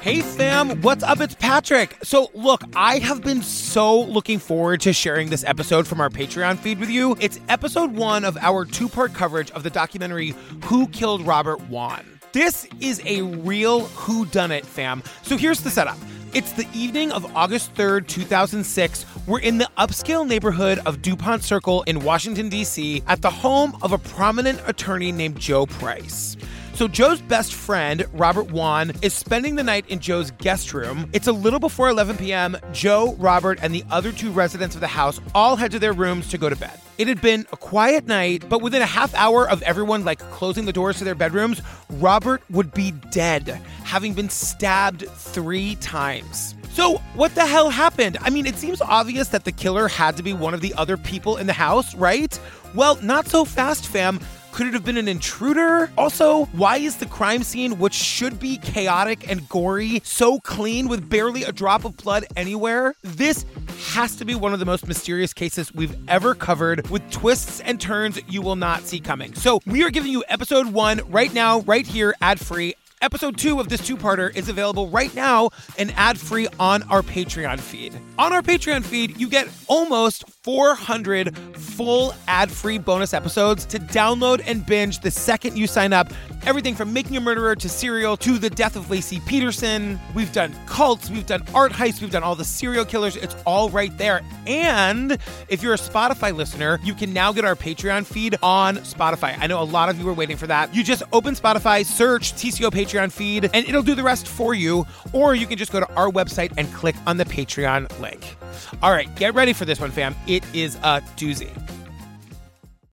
Hey, Sam, what's up? It's Patrick. So, look, I have been so looking forward to sharing this episode from our Patreon feed with you. It's episode one of our two part coverage of the documentary Who Killed Robert Wan. This is a real whodunit, fam. So, here's the setup. It's the evening of August 3rd, 2006. We're in the upscale neighborhood of DuPont Circle in Washington, D.C., at the home of a prominent attorney named Joe Price. So Joe's best friend, Robert Wan, is spending the night in Joe's guest room. It's a little before 11 p.m. Joe, Robert, and the other two residents of the house all head to their rooms to go to bed. It had been a quiet night, but within a half hour of everyone like closing the doors to their bedrooms, Robert would be dead, having been stabbed 3 times. So, what the hell happened? I mean, it seems obvious that the killer had to be one of the other people in the house, right? Well, not so fast, fam. Could it have been an intruder? Also, why is the crime scene, which should be chaotic and gory, so clean with barely a drop of blood anywhere? This has to be one of the most mysterious cases we've ever covered with twists and turns you will not see coming. So, we are giving you episode one right now, right here, ad free. Episode two of this two parter is available right now and ad free on our Patreon feed. On our Patreon feed, you get almost 400 full ad free bonus episodes to download and binge the second you sign up. Everything from Making a Murderer to Serial to The Death of Lacey Peterson. We've done cults, we've done art heists, we've done all the serial killers. It's all right there. And if you're a Spotify listener, you can now get our Patreon feed on Spotify. I know a lot of you were waiting for that. You just open Spotify, search TCO Patreon feed, and it'll do the rest for you. Or you can just go to our website and click on the Patreon link. All right, get ready for this one, fam. It is a doozy.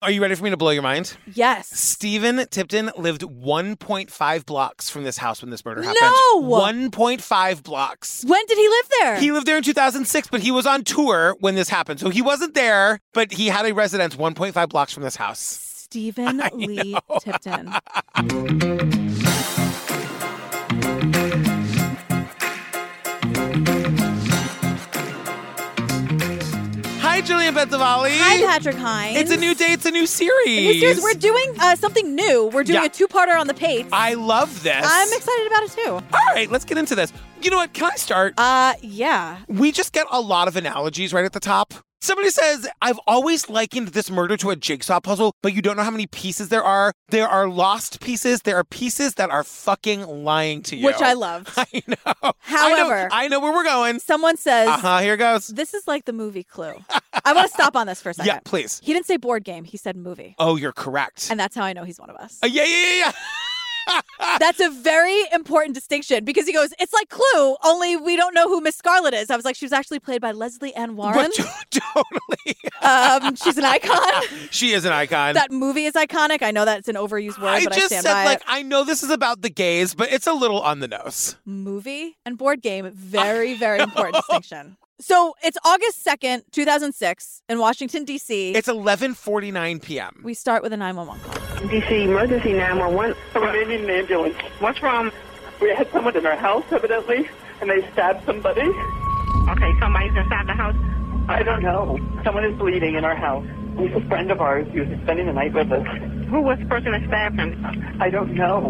Are you ready for me to blow your mind? Yes. Stephen Tipton lived 1.5 blocks from this house when this murder happened. No! 1.5 blocks. When did he live there? He lived there in 2006, but he was on tour when this happened. So he wasn't there, but he had a residence 1.5 blocks from this house. Stephen Lee Tipton. Hi, Julian Benzavalli. Hi, Patrick Hines. It's a new day, it's a new series. Hey, serious, We're doing uh, something new. We're doing Yeah. a two-parter on the Pates. I love this. I'm excited about it too. All right, let's get into this. You know what? Can I start? Uh, yeah. we just get a lot of analogies right at the top. Somebody says, I've always likened this murder to a jigsaw puzzle, but you don't know how many pieces there are. There are lost pieces. There are pieces that are fucking lying to you. Which I loved. I know. However- I know, I know where we're going. Someone says Uh huh, here goes. this is like the movie Clue. I want to stop on this for a second. Yeah, please. He didn't say board game. He said movie, Oh, you're correct. and that's how I know he's one of us. Uh, yeah, yeah, yeah, yeah. That's a very important distinction because he goes, "It's like Clue, only we don't know who Miss Scarlet is." I was like, she was actually played by Leslie Ann Warren. But totally. um, she's an icon. She is an icon. that movie is iconic. I know that's an overused word, I but I just stand said, by like, it. I know this is about the gays, but it's a little on the nose. Movie and board game, very, very important distinction. So it's August 2nd, 2006, in Washington, D.C. It's 11.49 p.m. we start with a 911 call. DC emergency 911. Run in an ambulance. What's wrong? We had someone in our house, evidently, and they stabbed somebody. Okay, somebody's inside the house. I don't know. Someone is bleeding in our house. He's a friend of ours. He was spending the night with us. Who was the person that stabbed him? I don't know.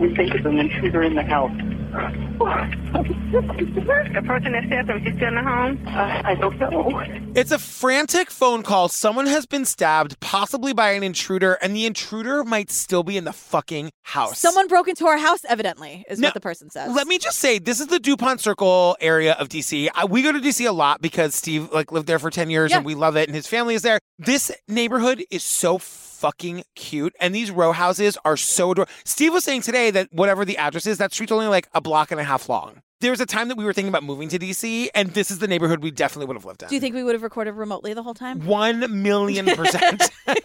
We think it's an intruder in the house. The person that stabbed him, she's still in the home? I I don't know. It's a frantic phone call. Someone has been stabbed, possibly by an intruder, and the intruder might still be in the fucking house. Someone broke into our house, evidently, is Now, what the person says. Let me just say, this is the DuPont Circle area of DC. I, we go to DC a lot because Steve like lived there for ten years, Yeah. and we love it, and his family is there. This neighborhood is so fucking cute, and these row houses are so adorable. Steve was saying today that whatever the address is, that street's only like a block and a half long. There was a time that we were thinking about moving to DC, and this is the neighborhood we definitely would have lived in. Do you think we would have recorded remotely the whole time? One million percent.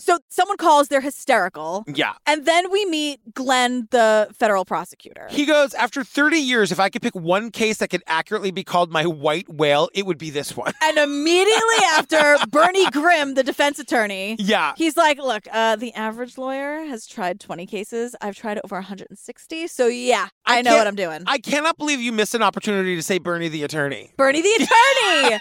so someone calls, they're hysterical. yeah. And then we meet Glenn, the federal prosecutor. He goes, after 30 years, if I could pick one case that could accurately be called my white whale, it would be this one. and immediately after, Bernie Grimm, the defense attorney, Yeah. He's like, look, uh, the average lawyer has tried 20 cases. I've tried over 160. So, yeah, I, know what can't- I'm doing. I cannot believe you missed an opportunity to say Bernie the attorney. Bernie the attorney. I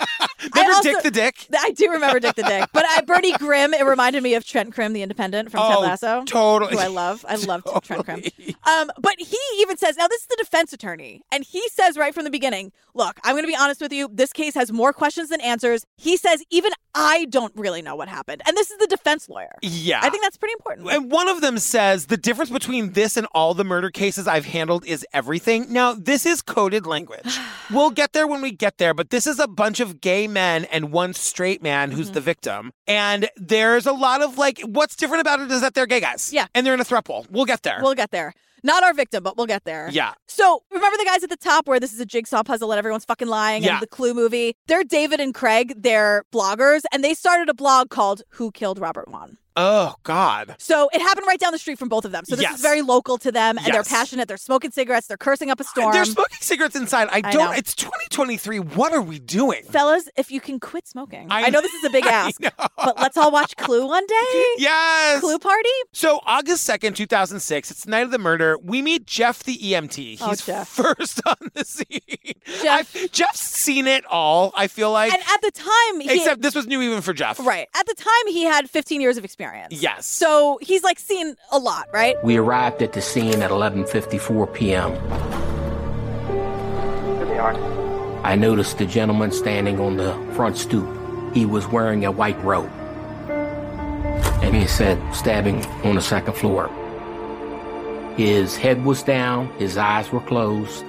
Remember also- Dick the Dick? I do remember Dick the Dick, but I, Bernie uh, Grimm, it reminded me of love Trent Krim, the independent from Oh, Ted Lasso. totally. Who I love. I love Trent Krim. Um, but he even says, now this is the defense attorney, and he says right from the beginning, look, I'm going to be honest with you. This case has more questions than answers. He says, even I don't really know what happened. And this is the defense lawyer. Yeah. I think that's pretty important. And one of them says the difference between this and all the murder cases I've handled is everything. Now, this is coded language. we'll get there when we get there, but this is a bunch of gay men and one straight man who's Mm-hmm. the victim. And there's a lot of like, what's different about it is that they're gay guys. Yeah. And they're in a throuple. We'll get there. We'll get there. Not our victim, but we'll get there. Yeah. So remember the guys at the top where this is a jigsaw puzzle and everyone's fucking lying Yeah. and the Clue movie? They're David and Craig. They're bloggers, and they started a blog called Who Killed Robert Wan. oh, God. So it happened right down the street from both of them. So this Yes. is very local to them, and they're Yes. passionate. They're smoking cigarettes. They're cursing up a storm. They're smoking cigarettes inside. I I don't. know. it's 2023. What are we doing? Fellas, if you can quit smoking. I- I, know this is a big I ask, know. but let's all watch Clue one day. Yes. Clue party? So August 2nd, 2006, it's the night of the murder. We meet Jeff the EMT. Oh, He's Jeff. first on the scene. Jeff. I've- Jeff's seen it all, I feel like. And at the time, he, except this was new even for Jeff. right at the time he had 15 years of experience. Yes. So he's like seen a lot, right? We arrived at the scene at 11:54 p.m. Here they are. I noticed the gentleman standing on the front stoop. He was wearing a white robe. And he said, stabbing on the second floor. His head was down, his eyes were closed,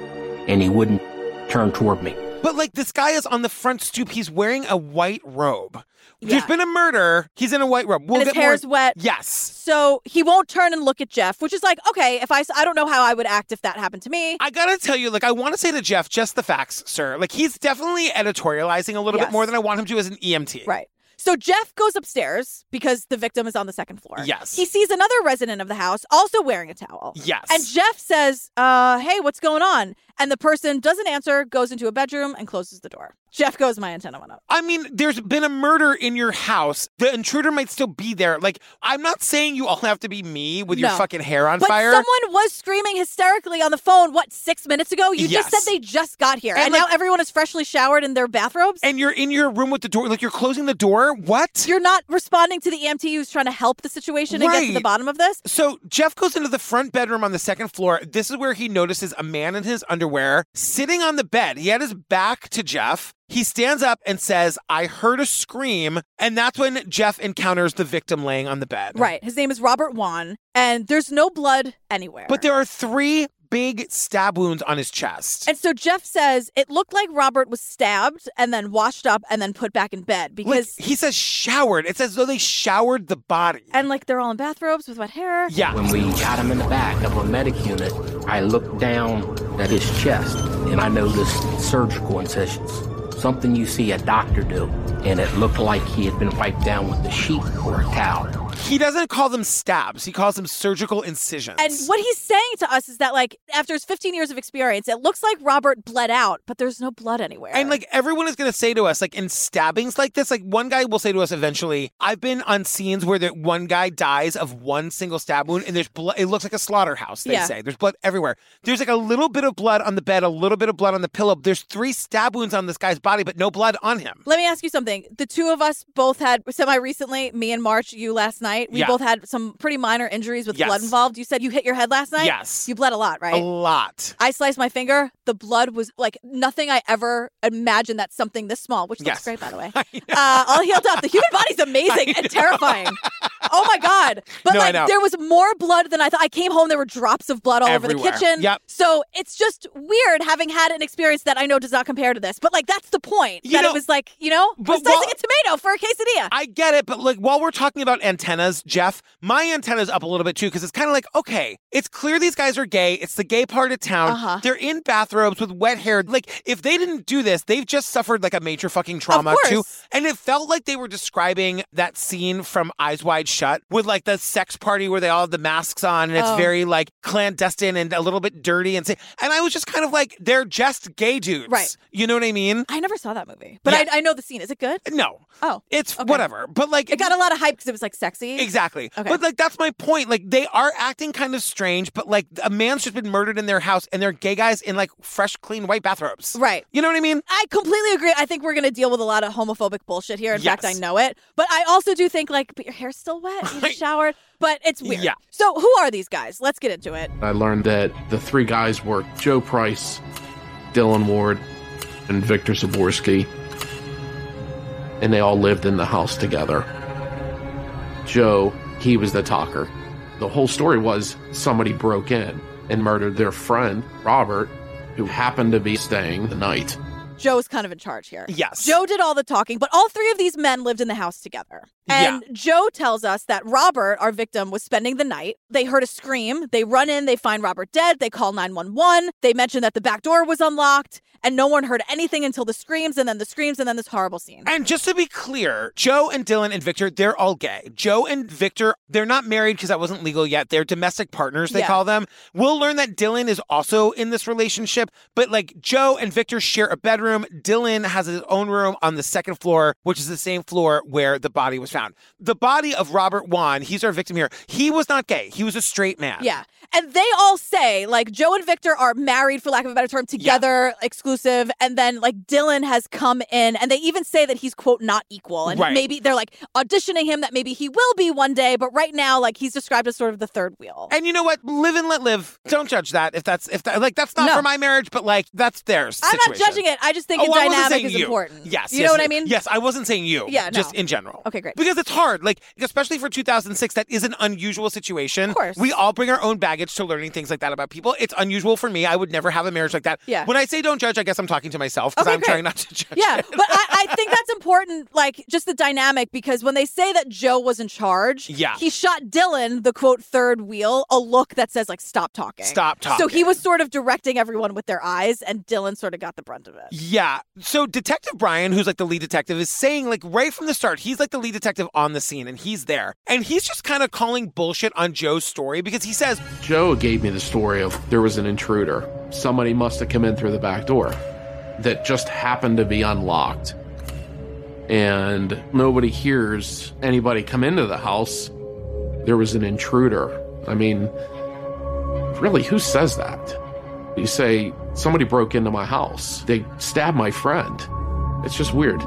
and he wouldn't turn toward me. But like this guy is on the front stoop. He's wearing a white robe. There's Yeah. been a murder. He's in a white robe. We'll And his get more- hair's wet. Yes. So he won't turn and look at Jeff, which is like, okay, if I, s- I don't know how I would act if that happened to me. I gotta tell you, like, I want to say to Jeff just the facts, sir. Like, he's definitely editorializing a little bit Yes. more than I want him to as an E EMT. Right. So Jeff goes upstairs because the victim is on the second floor. Yes. He sees another resident of the house also wearing a towel. Yes. And Jeff says, uh, hey, what's going on? And the person doesn't answer, goes into a bedroom, and closes the door. Jeff goes, my antenna went up. I mean, there's been a murder in your house. The intruder might still be there. Like, I'm not saying you all have to be me with your No. fucking hair on But fire. someone was screaming hysterically on the phone, what, six minutes ago? You Yes. just said they just got here. And, And, like- now everyone is freshly showered in their bathrobes? and you're in your room with the door, like you're closing the door. What? You're not responding to the EMT who's trying to help the situation and get to the Right. bottom of this. so Jeff goes into the front bedroom on the second floor. This is where he notices a man in his underwear sitting on the bed. He had his back to Jeff. He stands up and says, I heard a scream. And that's when Jeff encounters the victim laying on the bed. Right. His name is Robert Wan, and there's no blood anywhere. But there are three big stab wounds on his chest. And so Jeff says it looked like Robert was stabbed and then washed up and then put back in bed Like, because he says showered. It's as though they showered the body. and like they're all in bathrobes with wet hair. yeah. When we got him in the back of a medic unit, I looked down at his chest and I noticed surgical incisions. Something you see a doctor do, and it looked like he had been wiped down with a sheet or a towel. He doesn't call them stabs. He calls them surgical incisions. And what he's saying to us is that like after his 15 years of experience, it looks like Robert bled out, but there's no blood anywhere. And like everyone is going to say to us, like in stabbings like this, like one guy will say to us eventually, I've been on scenes where the one guy dies of one single stab wound and there's blood. It looks like a slaughterhouse, they Yeah. say. There's blood everywhere. There's like a little bit of blood on the bed, a little bit of blood on the pillow. There's three stab wounds on this guy's body, but no blood on him. Let me ask you something. The two of us both had semi recently, me and March, you last night. We Yeah. both had some pretty minor injuries with Yes. blood involved. You said you hit your head last night. Yes. You bled a lot, right? A lot. I sliced my finger. The blood was like nothing I ever imagined that something this small, which Yes. looks great by the way. I Uh, all healed up. The human body's amazing and terrifying. Oh my god! But No, I like know. there was more blood than I thought. I came home. There were drops of blood all over Everywhere. the kitchen. Yep. So it's just weird having had an experience that I know does not compare to this. But like that's the point. You that know- it was like you know, But we're slicing while- a tomato for a quesadilla. I get it, but like while we're talking about antennas, Jeff, my antenna's up a little bit too because it's kind of like, okay, it's clear these guys are gay. It's the gay part of town. Uh-huh. They're in bathrobes with wet hair. Like if they didn't do this, they've just suffered like a major fucking trauma too. course. And it felt like they were describing that scene from Eyes Wide Shut with like the sex party where they all have the masks on and it's Oh. very like clandestine and a little bit dirty and sa- and I was just kind of like, they're just gay dudes, Right. You know what I mean? I never saw that movie, but Yeah. I, I know the scene. Is it good? No, Oh, it's Okay. whatever. But like it got a lot of hype because it was like sexy. Exactly. Okay. But like that's my point. Like they are acting kind of strange, but like a man's just been murdered in their house and they're gay guys in like fresh, clean white bathrobes. Right. You know what I mean? I completely agree. I think we're going to deal with a lot of homophobic bullshit here. In fact, I Yes. know it. But I also do think, like, but your hair's still wet. You Right. just showered. But it's weird. Yeah. So who are these guys? Let's get into it. I learned that the three guys were Joe Price, Dylan Ward, and Victor Zaborski. And they all lived in the house together. Joe, he was the talker. The whole story was somebody broke in and murdered their friend, Robert, who happened to be staying the night. Joe is kind of in charge here. Yes. Joe did all the talking, but all three of these men lived in the house together. And Joe tells us that Robert, our victim, was spending the night. They heard a scream. They run in. They find Robert dead. They call 911. They mention that the back door was unlocked and no one heard anything until the screams and then the screams and then this horrible scene. And just to be clear, Joe and Dylan and Victor, they're all gay. Joe and Victor, they're not married because that wasn't legal yet. They're domestic partners, they Yeah. call them. We'll learn that Dylan is also in this relationship, but like Joe and Victor share a bedroom. Dylan has his own room on the second floor, which is the same floor where the body was found. The body of Robert Wan, he's our victim here. He was not gay, he was a straight man. Yeah. And they all say, like, Joe and Victor are married, for lack of a better term, together, exclusive. And then, like, Dylan has come in. And they even say that he's, quote, not equal. And Right. maybe they're, like, auditioning him that maybe he will be one day. But right now, like, he's described as sort of the third wheel. And you know what? Live and let live. Don't judge that if that's if that like that's not No. for my marriage, but like that's theirs. I'm not judging it. I just think a oh, I wasn't dynamic saying is you. important. Yes, You yes, know what I yes. mean? Yes, I wasn't saying you. Yeah, just no. in general. Okay, great. Because it's hard, like especially for 2006, that is an unusual situation. Of course. we all bring our own baggage to learning things like that about people. It's unusual for me. I would never have a marriage like that. Yeah. When I say don't judge, I guess I'm talking to myself because Okay, I'm great. trying not to judge. Yeah, it. but I, I think that's important, like just the dynamic, because when they say that Joe was in charge, Yeah. he shot Dylan, the quote third wheel, a look that says like stop talking, Stop So he talking. was sort of directing everyone with their eyes, and Dylan sort of got the brunt of it. Yeah. So Detective Brian, who's like the lead detective, is saying like right from the start, he's like the lead detective on the scene and he's there. And he's just kind of calling bullshit on Joe's story because he says, Joe gave me the story of there was an intruder. Somebody must have come in through the back door that just happened to be unlocked. And nobody hears anybody come into the house. There was an intruder. I mean, really, who says that? You say, somebody broke into my house. They stabbed my friend. It's just weird.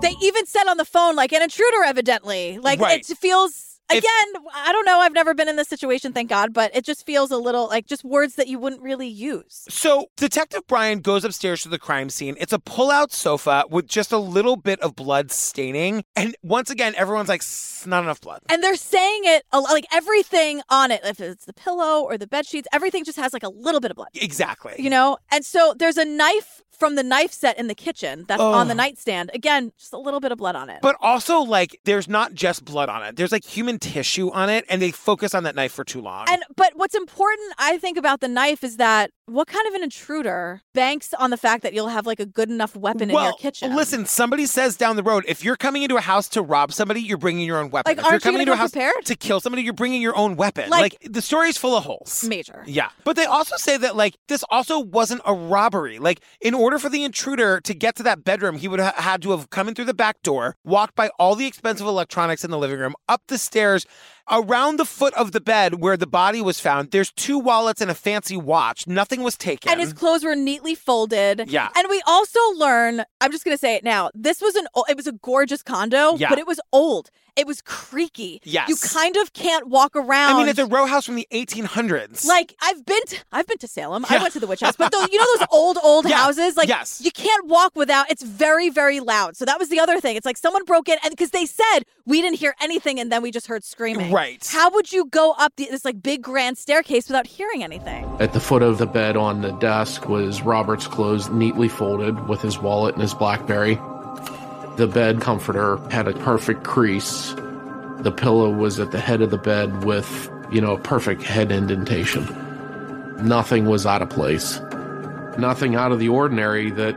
They even said on the phone like an intruder, evidently. Like Right. it feels If- again. I don't know. I've never been in this situation, thank God, but it just feels a little like just words that you wouldn't really use. So Detective Brian goes upstairs to the crime scene. It's a pull-out sofa with just a little bit of blood staining. And once again, everyone's like, "It's not enough blood. and they're saying it a lot, like everything on it if it's the pillow or the bed sheets everything just has like a little bit of blood Exactly. you know and so there's a knife from the knife set in the kitchen that's on the Ugh. nightstand again just a little bit of blood on it But also, like, there's not just blood on it. There's like human tissue on it, and they focus on that knife for too long. and but what's important i think about the knife is that what kind of an intruder banks on the fact that you'll have like a good enough weapon well, in your kitchen listen. Somebody says down the road, if you're coming into a house to rob somebody, you're bringing your own weapon. Like, if you're aren't you coming into gonna a go house prepared? to kill somebody, you're bringing your own weapon. Like- the story's full of holes. major Yeah. But they also say that, like, this also wasn't a robbery. Like, in order for the intruder to get to that bedroom, he would have had to have come in through the back door, walked by all the expensive electronics in the living room, up the stairs, around the foot of the bed where the body was found. There's two wallets and a fancy watch. Nothing was taken. And his clothes were neatly folded. Yeah. And we also learn, I'm just gonna say it now. This was an o- it was a gorgeous condo, Yeah. but it was old. It was creaky. Yes. You kind of can't walk around. I mean, it's a row house from the 1800s. like I've been to, I've been to Salem. I Yeah. went to the witch house, but those, you know those old old Yeah. houses like Yes. you can't walk without it's very very loud. So that was the other thing. It's like someone broke in and cuz they said we didn't hear anything and then we just heard screaming. Right. How would you go up the, this like big grand staircase without hearing anything? At the foot of the bed on the desk was Robert's clothes neatly folded with his wallet and his Blackberry. The bed comforter had a perfect crease. The pillow was at the head of the bed with, you know, a perfect head indentation. Nothing was out of place. Nothing out of the ordinary that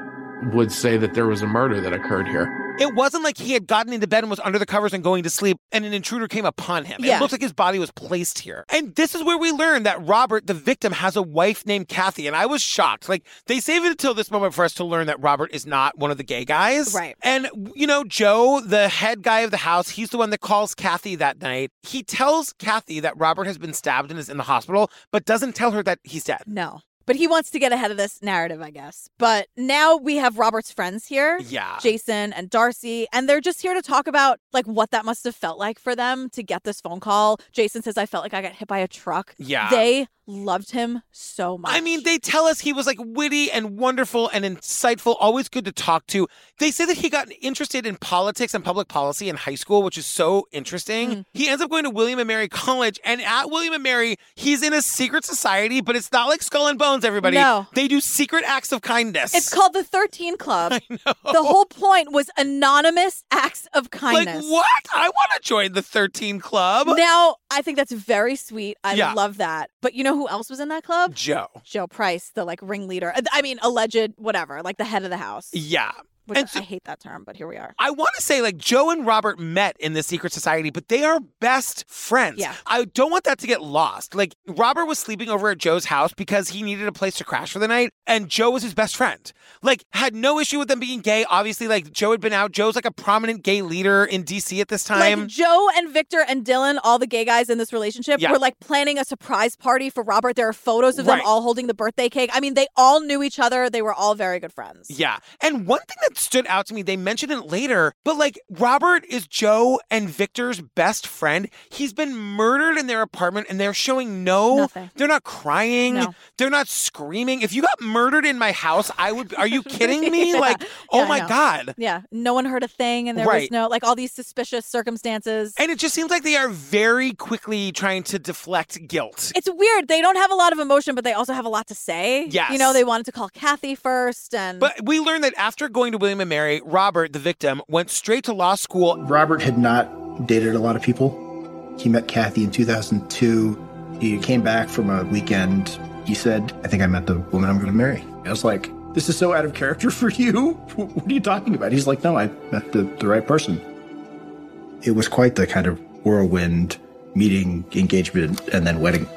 would say that there was a murder that occurred here. It wasn't like he had gotten into bed and was under the covers and going to sleep, and an intruder came upon him. Yeah. It looks like his body was placed here. And this is where we learn that Robert, the victim, has a wife named Kathy. And I was shocked. Like, they save it until this moment for us to learn that Robert is not one of the gay guys. Right. And, you know, Joe, the head guy of the house, he's the one that calls Kathy that night. He tells Kathy that Robert has been stabbed and is in the hospital, but doesn't tell her that he's dead. No. But he wants to get ahead of this narrative, I guess. But now we have Robert's friends here. Yeah. Jason and Darcy, and they're just here to talk about like what that must have felt like for them to get this phone call. Jason says, "I felt like I got hit by a truck." Yeah. They loved him so much. I mean, they tell us he was like witty and wonderful and insightful, always good to talk to. They say that he got interested in politics and public policy in high school, which is so interesting. Mm. He ends up going to William and Mary College, and at William and Mary, he's in a secret society, but it's not like Skull and Bones, everybody. No. They do secret acts of kindness. it's called the 13 Club. The whole point was anonymous acts of like kindness. what? I want to join the 13 club. Now, I think that's very sweet. I Yeah. love that. But you know who else was in that club? Joe. Joe Price, the like ringleader. I mean, alleged whatever, like the head of the house. Yeah. Which and so- I hate that term, but here we are. I want to say like Joe and Robert met in the secret society, but they are best friends. Yeah. I don't want that to get lost. Like Robert was sleeping over at Joe's house because he needed a place to crash for the night, and Joe was his best friend. Like had no issue with them being gay. Obviously, like Joe had been out. Joe's like a prominent gay leader in DC at this time. Like Joe and Victor and Dylan, all the gay guys in this relationship, Yeah. were like planning a surprise party for Robert. There are photos of them Right. all holding the birthday cake. I mean, they all knew each other. They were all very good friends. Yeah. And one thing that stood out to me, they mentioned it later, but like Robert is Joe and Victor's best friend. He's been murdered in their apartment and they're showing no Nothing. they're not crying. No. They're not screaming. If you got murdered in my house, I would are you kidding me? Yeah. Like, oh Yeah, I my know. God. Yeah. No one heard a thing, and there Right. was no like all these suspicious circumstances. And it just seems like they are very quickly trying to deflect guilt. it's weird. They don't have a lot of emotion, but they also have a lot to say. Yes. You know, they wanted to call Kathy first, and But we learned that after going to William and Mary, Robert, the victim, went straight to law school. Robert had not dated a lot of people. He met Kathy in 2002. He came back from a weekend. He said, I think I met the woman I'm going to marry. I was like, This is so out of character for you. What are you talking about? He's like, No, I met the, the right person. It was quite the kind of whirlwind meeting, engagement, and then wedding.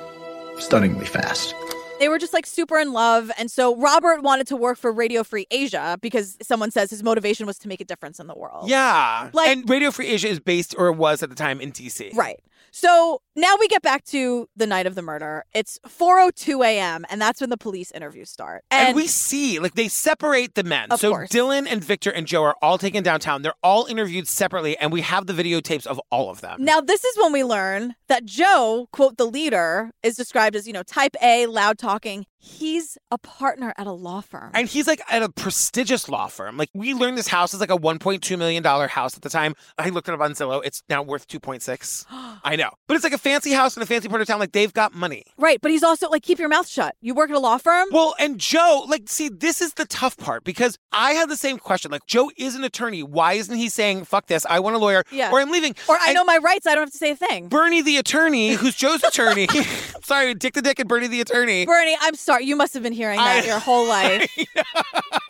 Stunningly fast. they were just like super in love. And so Robert wanted to work for Radio Free Asia because someone says his motivation was to make a difference in the world. Yeah. Like- and Radio Free Asia is based or was at the time in DC. Right. So now we get back to the night of the murder. It's 4:02 a.m. and that's when the police interviews start. And, we see, like, they separate the men. Of So course. Dylan and Victor and Joe are all taken downtown. They're all interviewed separately, and we have the videotapes of all of them. now this is when we learn that Joe, quote the leader, is described as, you know, type A, loud talking. He's a partner at a law firm. And he's like at a prestigious law firm. Like we learned this house is like a $1.2 million house at the time. I looked it up on Zillow. It's now worth 2.6. I know. But it's like a fancy house in a fancy part of town. Like they've got money. right, but he's also like keep your mouth shut. You work at a law firm? Well, and Joe, like, see, this is the tough part because I had the same question. Like, Joe is an attorney. Why isn't he saying, fuck this, I want a lawyer, Yeah. or I'm leaving? or I And- know my rights, I don't have to say a thing. Bernie the attorney, who's Joe's attorney. Sorry, Dick the Dick and Bernie the attorney. Bernie, I'm sorry. You must have been hearing that I- your whole life.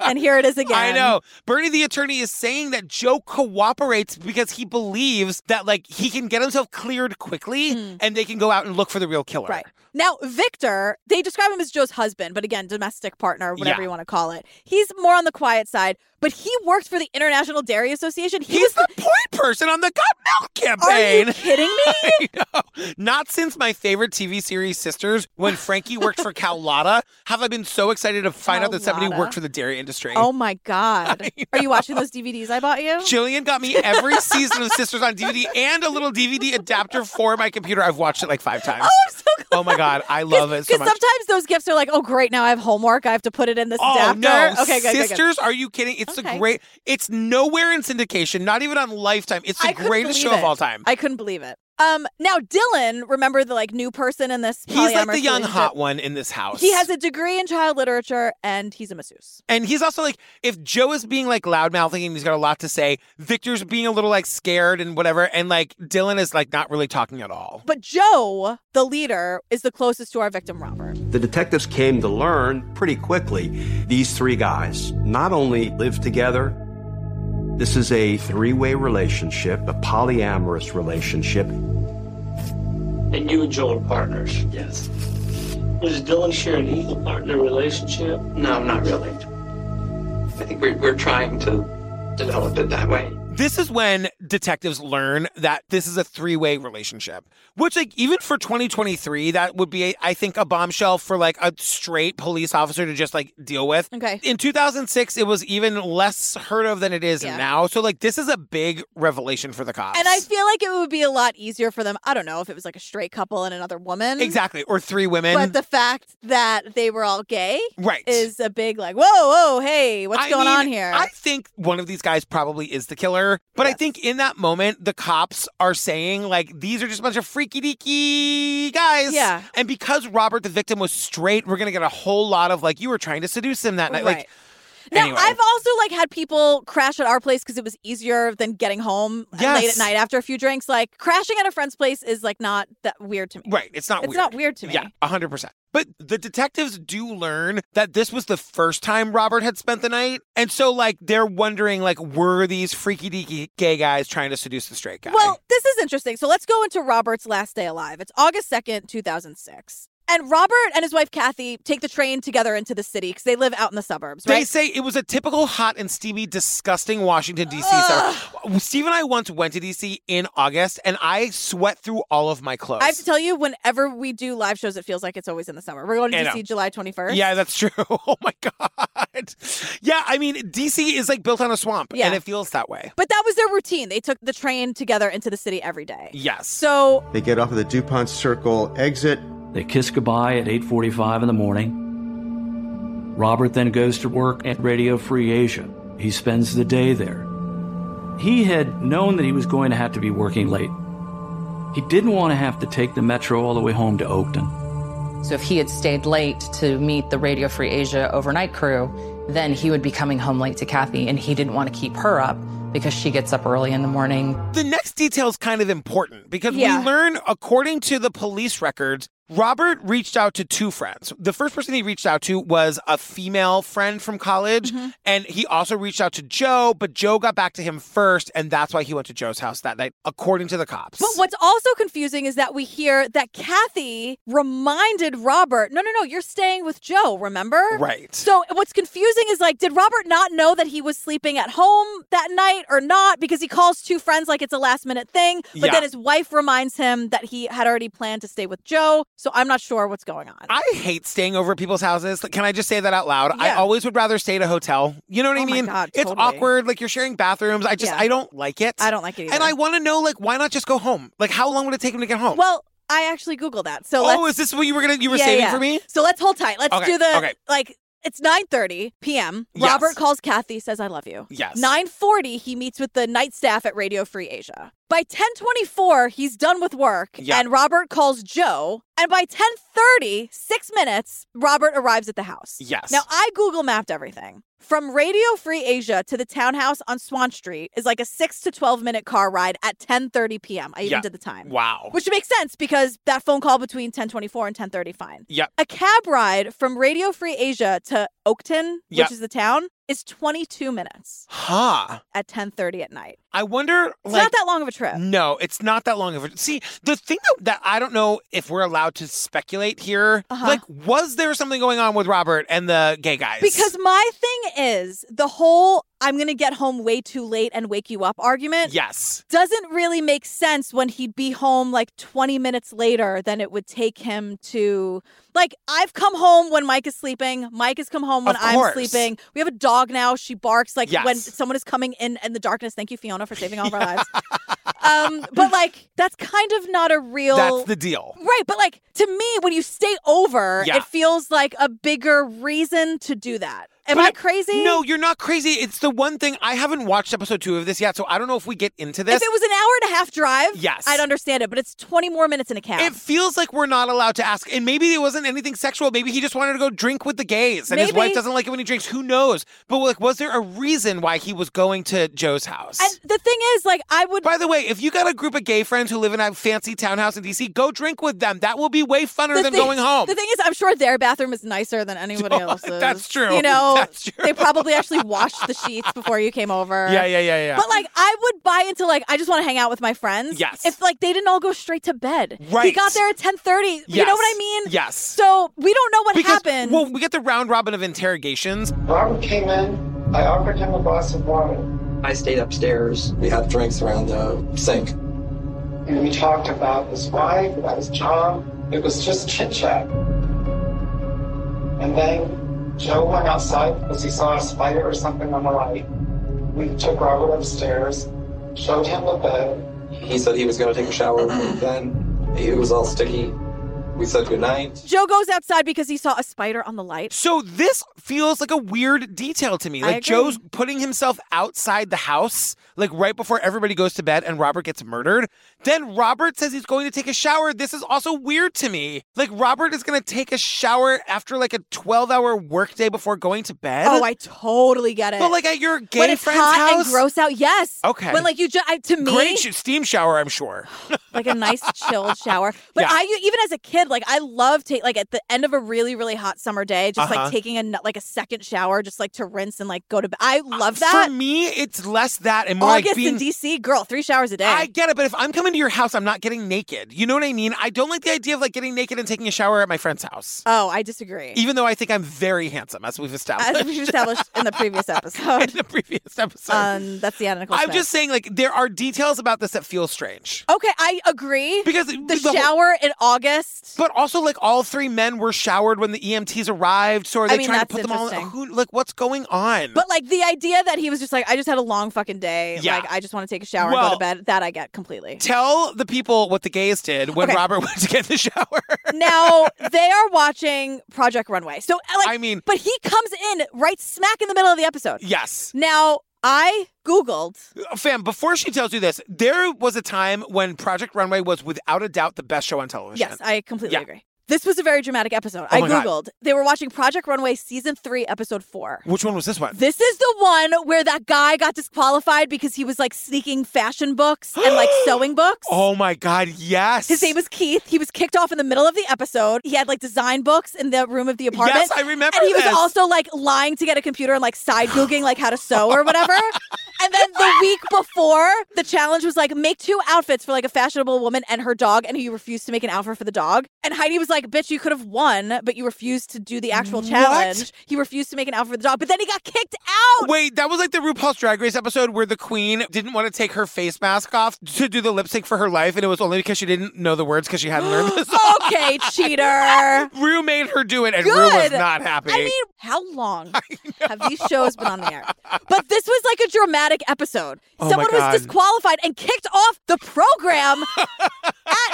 and here it is again. I know. Bernie the attorney is saying that Joe cooperates because he believes that like he can get himself cleared quickly and they can go out and look for the real killer. Hmm. Right. Now, Victor, they describe him as Joe's husband, but again, domestic partner, whatever Yeah. you want to call it. He's more on the quiet side, but he worked for the International Dairy Association. He He's was the point person on the Got Milk Are campaign. you kidding me? No, not since my favorite TV series, Sisters, when Frankie worked for Cowlotta, have I been so excited to find out that somebody Cowlotta. worked for the dairy industry. oh my God. Are you watching those DVDs I bought you? Jillian got me every season of Sisters on DVD and a little DVD adapter for my computer. I've watched it like five times. Oh, I'm so glad. my God. I love it so much. sometimes those gifts are like, oh, great, now I have homework. I have to put it in this Oh adapter. no! Okay, good, good, Sisters, good. are you kidding? It's the Okay. great. It's nowhere in syndication. Not even on Lifetime. It's the I couldn't greatest believe show of it. all time. I couldn't believe it. Um, now Dylan, remember the like new person in this? he's like polyamorous the young relationship? hot one in this house. He has a degree in child literature and he's a masseuse. and he's also like, if Joe is being like loud mouthing and he's got a lot to say, Victor's being a little like scared and whatever, and like Dylan is like not really talking at all. But Joe, the leader, is the closest to our victim, Robert. The detectives came to learn pretty quickly these three guys not only live together, this is a three way relationship, a polyamorous relationship. And you and Joe are partners? Yes. Is Dylan share an equal partner relationship? No, not really. I think we're, we're trying to develop it that way. This is when detectives learn that this is a three-way relationship. Which like even for 2023 that would be I think a bombshell for like a straight police officer to just like deal with. Okay. In 2006 it was even less heard of than it is Yeah. now. So like this is a big revelation for the cops. And I feel like it would be a lot easier for them. I don't know if it was like a straight couple and another woman. Exactly. Or three women. But the fact that they were all gay right. is a big like, whoa, whoa, hey, what's I going mean, on here? I think one of these guys probably is the killer, but I think in that moment the cops are saying like these are just a bunch of freaky deaky guys. Yeah. And because Robert the victim was straight, we're gonna get a whole lot of like you were trying to seduce him that night. Like Right. now anyway. I've also like had people crash at our place because it was easier than getting home uh, late Yes. at night after a few drinks. Like crashing at a friend's place is like not that weird to me. Right. It's not It's weird. not weird to me. Yeah, 100%. But the detectives do learn that this was the first time Robert had spent the night. And so, like, they're wondering, like, were these freaky deaky gay guys trying to seduce the straight guy? Well, this is interesting. So let's go into Robert's last day alive. It's August 2nd, 2006. And Robert and his wife Kathy take the train together into the city because they live out in the suburbs, They right? say it was a typical hot and steamy, disgusting Washington, D.C. summer. Steve and I once went to D.C. in August, and I sweat through all of my clothes. I have to tell you, whenever we do live shows, it feels like it's always in the summer. We're going to I know. DC July 21st. yeah, that's true. Oh my God. Yeah, I mean, D.C. is like built on a swamp, Yeah. and it feels that way. But that was their routine. They took the train together into the city every day. Yes. So They get off at the DuPont Circle exit. They kiss goodbye at 8:45 in the morning. Robert then goes to work at Radio Free Asia. He spends the day there. He had known that he was going to have to be working late. He didn't want to have to take the metro all the way home to Oakton. So if he had stayed late to meet the Radio Free Asia overnight crew, then he would be coming home late to Kathy, and he didn't want to keep her up because she gets up early in the morning. The next detail is kind of important because Yeah. we learn, according to the police records, Robert reached out to two friends. The first person he reached out to was a female friend from college, Mm-hmm. and he also reached out to Joe, but Joe got back to him first, and that's why he went to Joe's house that night, according to the cops. But what's also confusing is that we hear that Kathy reminded Robert, no, no, no, you're staying with Joe, remember? Right. So what's confusing is like, did Robert not know that he was sleeping at home that night or not? Because he calls two friends like it's a last minute thing. But Yeah. then his wife reminds him that he had already planned to stay with Joe. So I'm not sure what's going on. I hate staying over at people's houses. Like, Can I just say that out loud? I Yeah. always would rather stay at a hotel. You know what I Oh my mean? God, it's totally. awkward. Like you're sharing bathrooms. I just Yeah. I don't like it. I don't like it either. And I want to know like why not just go home? Like how long would it take him to get home? well, I actually Googled that. So oh, let's, is this what you were gonna you were Yeah, saving yeah. for me? So let's hold tight. Let's Okay, do the okay. like it's 9:30 p.m. Yes. Robert calls Kathy, says I love you. Yes. 9:40 he meets with the night staff at Radio Free Asia. By 10:24 he's done with work Yeah. and Robert calls Joe and by 10:30, 6 minutes, Robert arrives at the house. Yes. Now I Google mapped everything. From Radio Free Asia to the townhouse on Swan Street is like a 6 to 12 minute car ride at 10:30 p.m. I even Yeah. did the time. Wow. Which makes sense because that phone call between 1024 and 1030 fine. Yep. A cab ride from Radio Free Asia to Oakton, Yep. which is the town, is 22 minutes Huh. at 1030 at night. I wonder It's like not that long of a trip. no, it's not that long of a see. The thing that, that I don't know if we're allowed to speculate here, Uh-huh. like, was there something going on with Robert and the gay guys? Because my thing is the whole I'm going to get home way too late and wake you up argument yes, doesn't really make sense when he'd be home like 20 minutes later than it would take him to like I've come home when Mike is sleeping, Mike has come home when Of I'm course. sleeping. We have a dog now, she barks like Yes. when someone is coming in in the darkness. Thank you Fiona for saving all of our lives. Um but like that's kind of not a real that's the deal. Right, but like to me, when you stay over, Yeah. it feels like a bigger reason to do that. Am But I crazy? No, you're not crazy. It's the one thing I haven't watched episode two of this yet, so I don't know if we get into this. If it was an hour and a half drive, Yes. I'd understand it. But it's twenty more minutes in a cab. It feels like we're not allowed to ask. And maybe it wasn't anything sexual. Maybe he just wanted to go drink with the gays and his Maybe. wife doesn't like it when he drinks. Who knows? But like was there a reason why he was going to Joe's house? And the thing is, like, I would. by the way, if you got a group of gay friends who live in a fancy townhouse in DC, go drink with them. That will be way funner the than thing- going home. The thing is, I'm sure their bathroom is nicer than anybody else's. that's true. You know, That's true. they probably actually washed the sheets before you came over. yeah, yeah, yeah, yeah. But like, I would buy into like, I just want to hang out with my friends. Yes. If like they didn't all go straight to bed. He Right. got there at 10:30. You know what I Yes. mean? Yes. So we don't know what because, happened. Well, we get the round robin of interrogations. Robert came in. I offered him a glass of water. I stayed upstairs. We had drinks around the sink. And we talked about his wife, about his job. It was just chit chat. And then Joe went outside because he saw a spider or something on the light. We took Robert upstairs, showed him the bed. He said he was going to take a shower. then it was all sticky. We said goodnight. Joe goes outside because he saw a spider on the light. So this feels like a weird detail to me. I Like agree. Joe's putting himself outside the house, like right before everybody goes to bed and Robert gets murdered. Then Robert says he's going to take a shower. This is also weird to me. Like Robert is going to take a shower after like a 12-hour workday before going to bed. Oh, I totally get it. But, like, at your gay when it's friend's hot house? and gross out. Yes. Okay. When like you just I to me Great sh- steam shower, I'm sure. like a nice chill shower. But Yeah. I even as a kid, like I love take like at the end of a really really hot summer day, just Uh-huh. like taking a nu- like a second shower, just like to rinse and like go to bed. I love that. Uh, For me, it's less that and more August like being in DC, girl, three showers a day. I get it, but if I'm coming to your house, I'm not getting naked. You know what I mean? I don't like the idea of like getting naked and taking a shower at my friend's house. oh, I disagree. Even though I think I'm very handsome, as we've established. As we established in the previous episode. in the previous episode. Um, that's the Anna Nicole I'm Smith. just saying, like, there are details about this that feel strange. Okay, I agree. Because the, the whole- shower in August. But also, like, all three men were showered when the EMTs arrived, so are I they mean, trying to that's put them all interesting. Who, like, what's going on? But like the idea that he was just like, I just had a long fucking day. Yeah. Like I just want to take a shower and Well- go to bed. That I get completely. Tell the people what the gays did when Okay. Robert went to get in the shower. now they are watching Project Runway. So uh, like, I mean- but he comes in right smack in the middle of the episode. yes. Oh, Now I googled. Fam, before she tells you this, there was a time when Project Runway was without a doubt the best show on television. Yes, I completely Yeah. agree. This was a very dramatic episode. Oh I my God. googled. They were watching Project Runway season three, episode four. Which one was this one? This is the one where that guy got disqualified because he was like sneaking fashion books and like sewing books. Oh my God, yes. His name was Keith. He was kicked off in the middle of the episode. He had like design books in the room of the apartment. Yes, I remember And he this. was also like lying to get a computer and like side googling like how to sew or whatever. and then the week before, the challenge was like make two outfits for like a fashionable woman and her dog, and he refused to make an outfit for the dog. And Heidi was like, "Bitch, you could have won, but you refused to do the actual challenge. He refused to make an outfit for the dog, but then he got kicked out." Wait, that was like the RuPaul's Drag Race episode where the queen didn't want to take her face mask off to do the lip sync for her life, and it was only because she didn't know the words because she hadn't learned the song. okay, cheater. Rue made her do it, and Rue was Good. not happy. I mean, how long have these shows been on the air? But this was like a dramatic episode. Oh my Someone God. was disqualified and kicked off the program at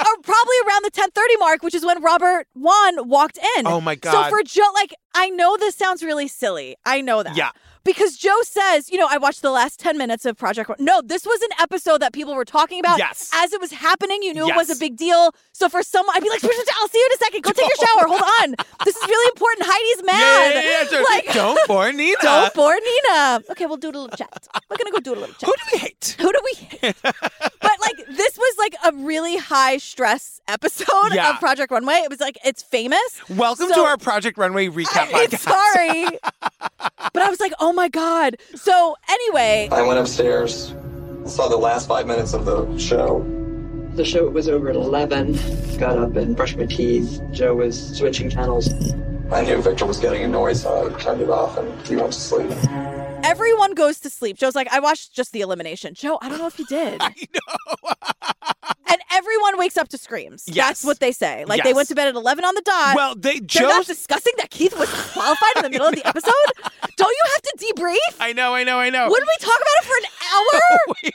or probably around the 10:30 mark, which is when Robert Juan walked in. Oh my So God. for Joe, like I know this sounds really silly. I know that. Yeah. Because Joe says, you know, I watched the last 10 minutes of Project Ro- No, this was an episode that people were talking about Yes. as it was happening. You knew it was Yes. a big deal. So for someone, I'd be like, I'll see you in a second. Go take your shower. Hold on. This is really important. Heidi's yeah, mad. yeah, yeah, yeah. Like, don't bore Nina. don't bore Nina. Okay, we'll do a little chat. We're going to go do a little chat. Who do we hate? Who do we hate? but like this was like a really high stress episode Yeah. of Project Runway. It was like it's famous. Welcome So- to our Project Runway recap I'm podcast. sorry. but I was like, oh my God. So anyway, I went upstairs, saw the last five minutes of the show. The show was over at 11. Got up and brushed my teeth. Joe was switching channels. I knew Victor was getting annoyed, so I turned it off and he went to sleep. everyone goes to sleep. Joe's like, I watched just the elimination. Joe, I don't know if you did. I know. and everyone wakes up to screams. That's what they say. Like they Yes. went to bed at eleven on the dot. Well, they They're not Joe's. discussing that Keith was qualified in the middle of the episode. Don't you have to debrief? I know, I know, I know. Wouldn't we talk about it for an hour? we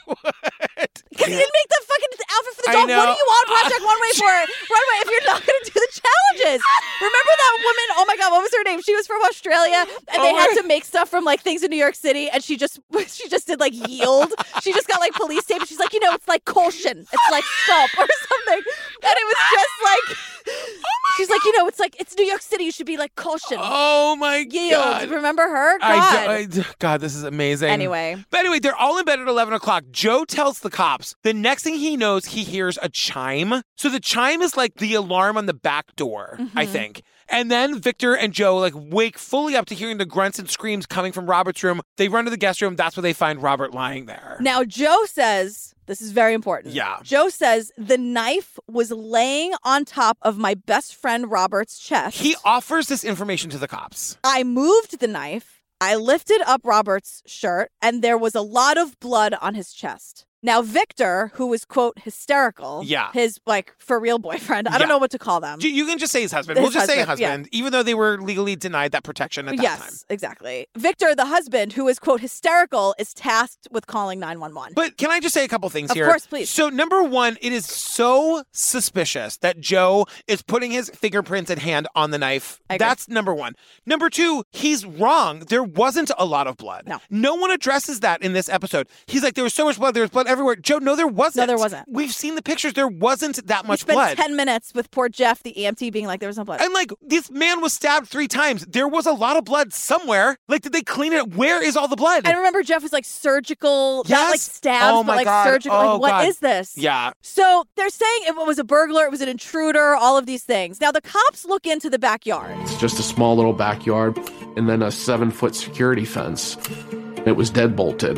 Because he didn't make the fucking outfit for the I dog. What know. are you on Project Runway for? Runway, if you're not going to do the challenges. Remember that woman? Oh my God, what was her name? She was from Australia, and they Oh had my- to make stuff from like things in New York City, and she just she just did like yield. She just got like police tape, and she's like, you know, it's like caution, it's like stop or something, and it was just like. She's like, you know, it's like it's New York City. You should be like caution, Oh my yield. god. Remember her? God. I do- I do- God, this is amazing. Anyway. But anyway, they're all in bed at 11 o'clock. Joe tells the cops. The next thing he knows, he hears a chime. So the chime is like the alarm on the back door, Mm-hmm. I think. And then Victor and Joe like wake fully up to hearing the grunts and screams coming from Robert's room. They run to the guest room. That's where they find Robert lying there. Now, Joe says, this is very important. Yeah. Joe says, the knife was laying on top of my best friend Robert's chest. He offers this information to the cops. I moved the knife. I lifted up Robert's shirt and there was a lot of blood on his chest. Now, Victor, who was, quote, hysterical, Yeah. his, like, for real boyfriend, I Yeah. don't know what to call them. You- You can just say his husband. His we'll just say husband, yeah. husband, even though they were legally denied that protection at that yes, time. exactly. Victor, the husband, who is, quote, hysterical, is tasked with calling 911. But can I just say a couple things Of here? course, please. So, number one, it is so suspicious that Joe is putting his fingerprints and hand on the knife. That's number one. Number two, he's wrong. There wasn't a lot of blood. No. one addresses that in this episode. He's like, there was so much blood. There was blood everywhere. Joe, no, there wasn't. No, there wasn't. We've seen the pictures. There wasn't that much Spent blood. 10 minutes with poor Jeff, the EMT, being like, there was no blood. and like this man was stabbed three times. There was a lot of blood somewhere. Like, did they clean it? Where is all the blood? I remember Jeff was like surgical, not like Yes. stabs, Oh but my like God. surgical. Oh like, what God. is this? Yeah. So they're saying it was a burglar, it was an intruder, all of these things. Now the cops look into the backyard. It's just a small little backyard and then a seven foot security fence. It was dead bolted.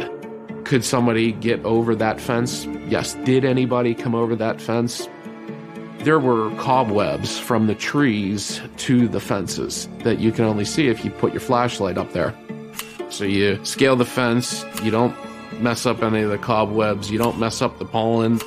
Could somebody get over that fence? Yes. Did anybody come over that fence? There were cobwebs from the trees to the fences that you can only see if you put your flashlight up there. So you scale the fence, you don't mess up any of the cobwebs, you don't mess up the pollen,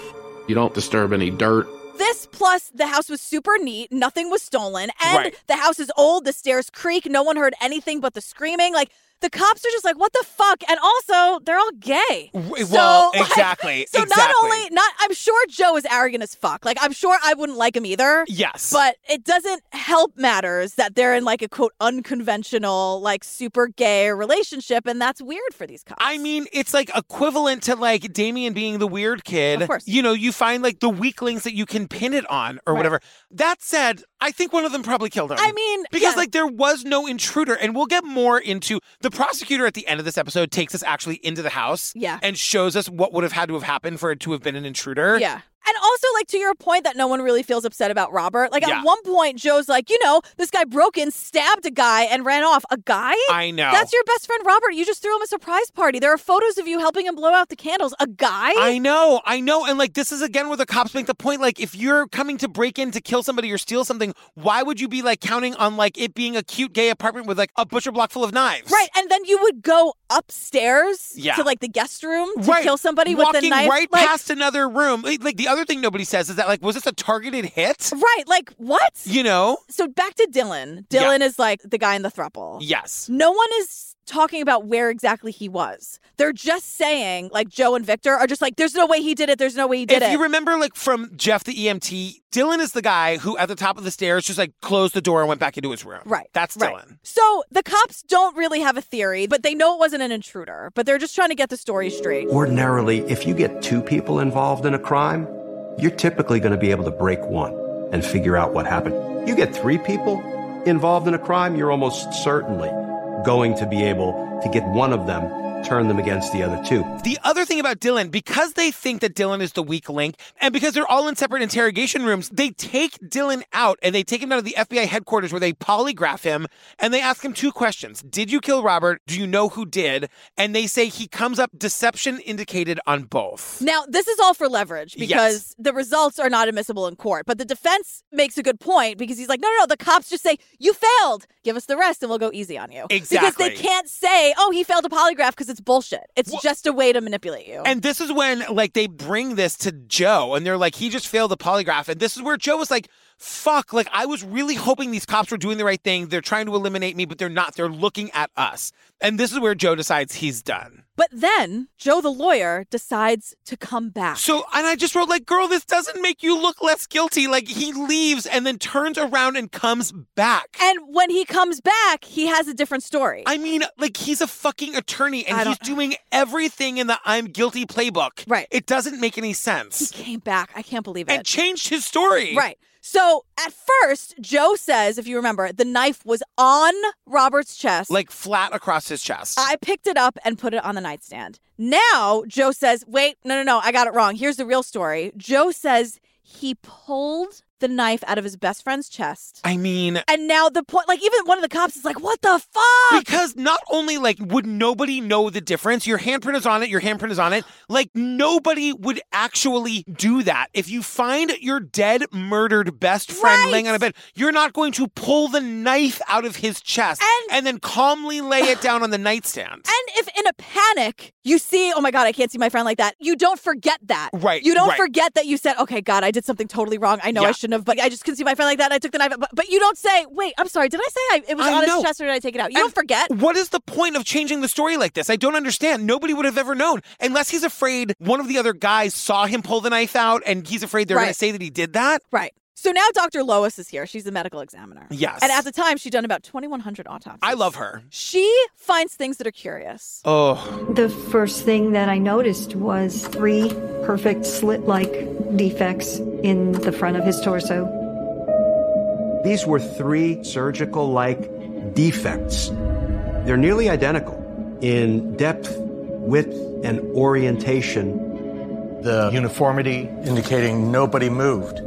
you don't disturb any dirt. This plus the house was super neat, nothing was stolen, and Right. the house is old, the stairs creak, no one heard anything but the screaming. Like the cops are just like, what the fuck? And also, they're all gay. well, like- exactly. So not E, exactly. only not I'm sure Joe is arrogant as fuck. Like I'm sure I wouldn't like him either. Yes. But it doesn't help matters that they're in like a quote unconventional, like super gay relationship, and that's weird for these cops. I mean, it's like equivalent to like Damien being the weird kid. Of course. You know, you find like the weaklings that you can pin it on or Right. whatever. That said, I think one of them probably killed him. I mean, because yeah. like there was no intruder, and we'll get more into the prosecutor at the end of this episode takes us actually into the house Yeah. and shows us what would have had to have happened for it to have been an intruder. Yeah. And also, like, to your point that no one really feels upset about Robert, like, Yeah. at one point, Joe's like, you know, this guy broke in, stabbed a guy, and ran off. A guy? I know. That's your best friend, Robert. You just threw him a surprise party. There are photos of you helping him blow out the candles. A guy? I know, I know. And like, this is again where the cops make the point like, if you're coming to break in to kill somebody or steal something, why would you be like counting on like it being a cute gay apartment with like a butcher block full of knives? Right, and then you would go upstairs Yeah. to like the guest room to Right. kill somebody Walking with a knife. right like, past another room. Like, like, the other thing nobody says is that like was this a targeted hit? Right, like what? You know? So back to Dylan. Dylan is like the guy in the thruple. Yes. No one is talking about where exactly he was. They're just saying, like Joe and Victor are just like, there's no way he did it. There's no way he did if it. you remember like from Jeff the EMT, Dylan is the guy who at the top of the stairs just like closed the door and went back into his room. Right, That's right. Dylan. so the cops don't really have a theory, but they know it wasn't an intruder, but they're just trying to get the story straight. Ordinarily, if you get two people involved in a crime, you're typically going to be able to break one and figure out what happened. You get three people involved in a crime, you're almost certainly going to be able to get one of them, turn them against the other two. The other thing about Dylan, because they think that Dylan is the weak link, and because they're all in separate interrogation rooms, they take Dylan out and they take him down to the FBI headquarters where they polygraph him and they ask him two questions Did you kill Robert? Do you know who did? And they say he comes up deception indicated on both. Now, this is all for leverage Yes. because the results are not admissible in court. But the defense makes a good point because he's like, no, no, no, the cops just say, you failed. Give us the rest and we'll go easy on you. Because Exactly. they can't say, oh, he failed a polygraph because it's bullshit. It's just a way to manipulate you. And this is when like they bring this to Joe and they're like, he just failed the polygraph. And this is where Joe was like, fuck, like I was really hoping these cops were doing the right thing. They're trying to eliminate me, but they're not. They're looking at us. And this is where Joe decides he's done. but then Joe, the lawyer, decides to come back. So, and I just wrote, like, girl, this doesn't make you look less guilty. Like, he leaves and then turns around and comes back. and when he comes back, he has a different story. I mean, like, he's a fucking attorney and he's doing everything in the I'm guilty playbook. Right. It doesn't make any He sense. came back. I can't believe it. And changed his story. Right. So at first, Joe says, if you remember, the knife was on Robert's chest. Like, flat across his chest. I picked it up and put it on the nightstand. Now Joe says, wait, no, no, no, I got it wrong. Here's the real story. Joe says he pulled the knife out of his best friend's chest. I mean, And now the point, like, even one of the cops is like, what the fuck? because not only like would nobody know the difference, your handprint is on it, your handprint is on it. Like nobody would actually do that. If you find your dead, murdered best friend laying on a bed, you're not going to pull the knife out of his chest and, then calmly lay it down on the nightstand. And if in a panic you see, oh my God, I can't see my friend like that, you don't forget that. Right, You don't right. forget that you said, okay, God, I did something totally wrong. I know I Yeah. shouldn't have, but I just couldn't see my friend like that. And I took the knife. But, but you don't say, wait, I'm sorry. Did I say I, it was I on know. his chest or did I take it out? You don't forget. What is the point of changing the story like this? I don't understand. Nobody would have ever known unless he's afraid one of the other guys saw him pull the knife out and he's afraid they're going Right. to say that he did that. Right. So now Dr. Lois is here. She's the medical examiner. Yes. And at the time, she'd done about 2,100 autopsies. I love her. She finds things that are curious. Oh. The first thing that I noticed was three perfect slit like defects in the front of his torso. These were three surgical like defects. They're nearly identical in depth, width, and orientation. The uniformity indicating nobody moved,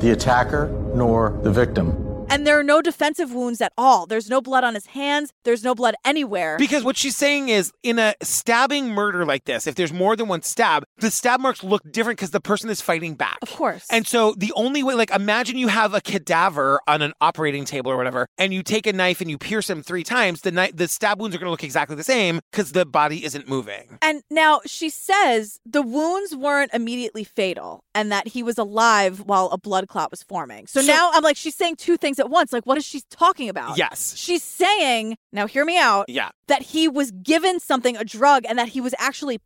the attacker nor the victim. And there are no defensive wounds at all. There's no blood on his hands. There's no blood anywhere. Because what she's saying is, in a stabbing murder like this, if there's more than one stab, the stab marks look different because the person is fighting back. Of course. And so the only way, like, imagine you have a cadaver on an operating table or whatever, and you take a knife and you pierce him three times. The knife, the stab wounds are going to look exactly the same because the body isn't moving. And now she says the wounds weren't immediately fatal and that he was alive while a blood clot was forming. So, So- now I'm like, she's saying two things at once. Like, what is she talking about? Yes. She's saying, now hear me out, Yeah. that he was given something, a drug, and that he was actually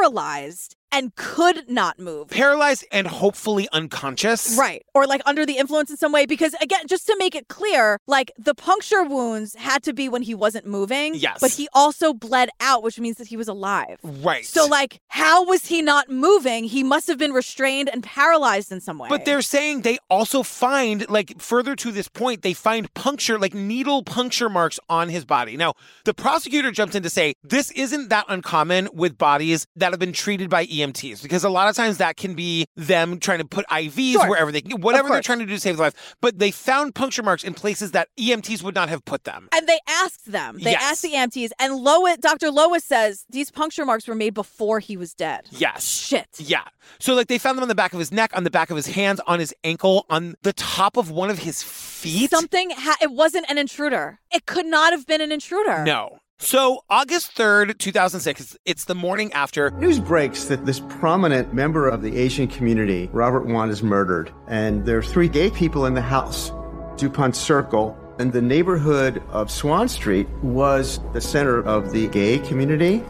paralyzed and could not move. Paralyzed and hopefully unconscious. Right. Or like under the influence in some way. Because again, just to make it clear, like the puncture wounds had to be when he wasn't moving. Yes. But he also bled out, which means that he was alive. Right. So, like, how was he not moving? He must have been restrained and paralyzed in some way. But they're saying they also find, like, further to this point, they find puncture, like needle puncture marks on his body. Now, the prosecutor jumps in to say this isn't that uncommon with bodies that have been treated by EMTs, because a lot of times that can be them trying to put IVs Sure. wherever they can, whatever they're trying to do to save the life. But they found puncture marks in places that EMTs would not have put them. and they asked them. They Yes. asked the EMTs, and Lois, Dr. Lois says these puncture marks were made before he was dead. Yes. Shit. Yeah. So like they found them on the back of his neck, on the back of his hands, on his ankle, on the top of one of his feet. Something, ha- it wasn't an intruder. It could not have been an intruder. No. So August 3rd, 2006, it's- it's the morning after. News breaks that this prominent member of the Asian community, Robert Wan, is murdered, and there are three gay people in the house, DuPont Circle, and the neighborhood of Swan Street was the center of the gay community.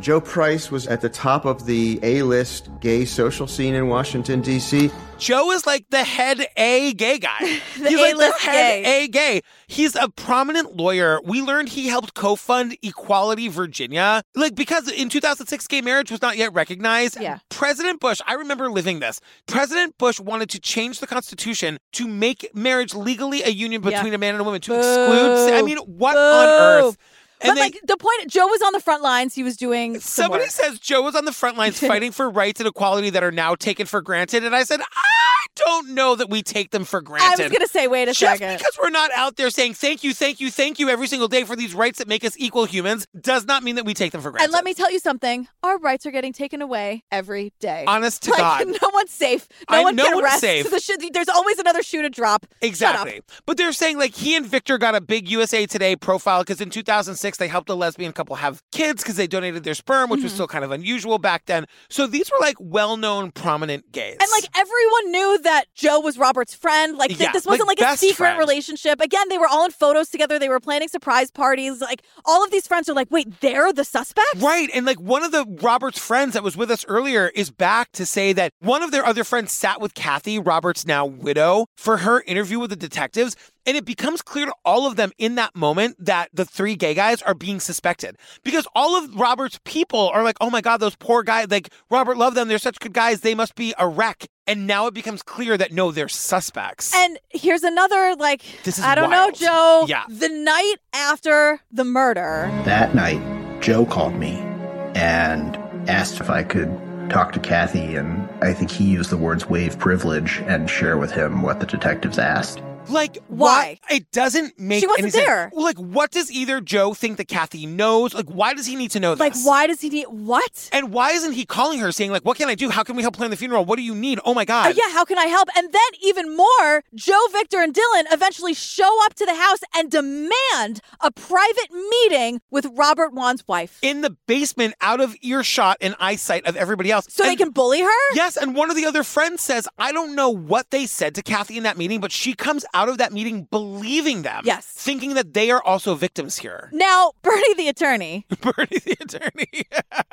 Joe Price was at the top of the A list gay social scene in Washington, D.C. Joe is like the head A gay guy. He's like A-list the head gay. A gay. He's a prominent lawyer. We learned he helped co-fund Equality Virginia. Like because in 2006 gay marriage was not yet recognized. Yeah. President Bush, I remember living this. President Bush wanted to change the constitution to make marriage legally a union Yeah. between a man and a woman to exclude I mean, what on Boo. earth? And but they- like the point, Joe was on the front lines. He was doing some Somebody work. says Joe was on the front lines fighting for rights and equality that are now taken for granted. And I said, I don't know that we take them for I granted. was gonna say, wait a Just second. because we're not out there saying thank you, thank you, thank you every single day for these rights that make us equal humans does not mean that we take them for granted. And let me tell you something: our rights are getting taken away every day. Honest to like, God. no one's safe. No I- one no can one's rest. safe. The shit- there's always another shoe to drop. Exactly. But they're saying like he and Victor got a big USA Today profile because in 2006 they helped a lesbian couple have kids because they donated their sperm, which was Mm-hmm. still kind of unusual back then. So these were like well known, prominent gays. And like everyone knew that Joe was Robert's friend. Like th- Yeah, this wasn't like, like, a best secret friend. relationship. Again, they were all in photos together. They were planning surprise parties. Like all of these friends are like, wait, they're the suspect. Right. And like one of the Robert's friends that was with us earlier is back to say that one of their other friends sat with Kathy, Robert's now widow, for her interview with the detectives. And it becomes clear to all of them in that moment that the three gay guys are being suspected because all of Robert's people are like, oh my God, those poor guys, like Robert loved them. They're such good guys. They must be a wreck. And now it becomes clear that no, they're suspects. And here's another like This is I don't wild. know, Joe. Yeah. The night after the murder. That night, Joe called me and asked if I could talk to Kathy, and I think he used the words waive privilege and share with him what the detectives asked. Like why? It doesn't make She wasn't any sense. there. Like what does either Joe think that Kathy knows? Like why does he need to know this? Like, why does he need what? And why isn't he calling her saying like what can I do? How can we help plan the funeral? What do you need? Oh my god. Uh, yeah, how can I help? And then even more, Joe, Victor, and Dylan eventually show up to the house and demand a private meeting with Robert Wan's wife. In the basement out of earshot and eyesight of everybody else. So they can bully her? Yes, and one of the other friends says, I don't know what they said to Kathy in that meeting, but she comes out of that meeting believing them. Yes. Mm-hmm. Thinking that they are also victims here. Now, Bernie the attorney. Bernie the attorney.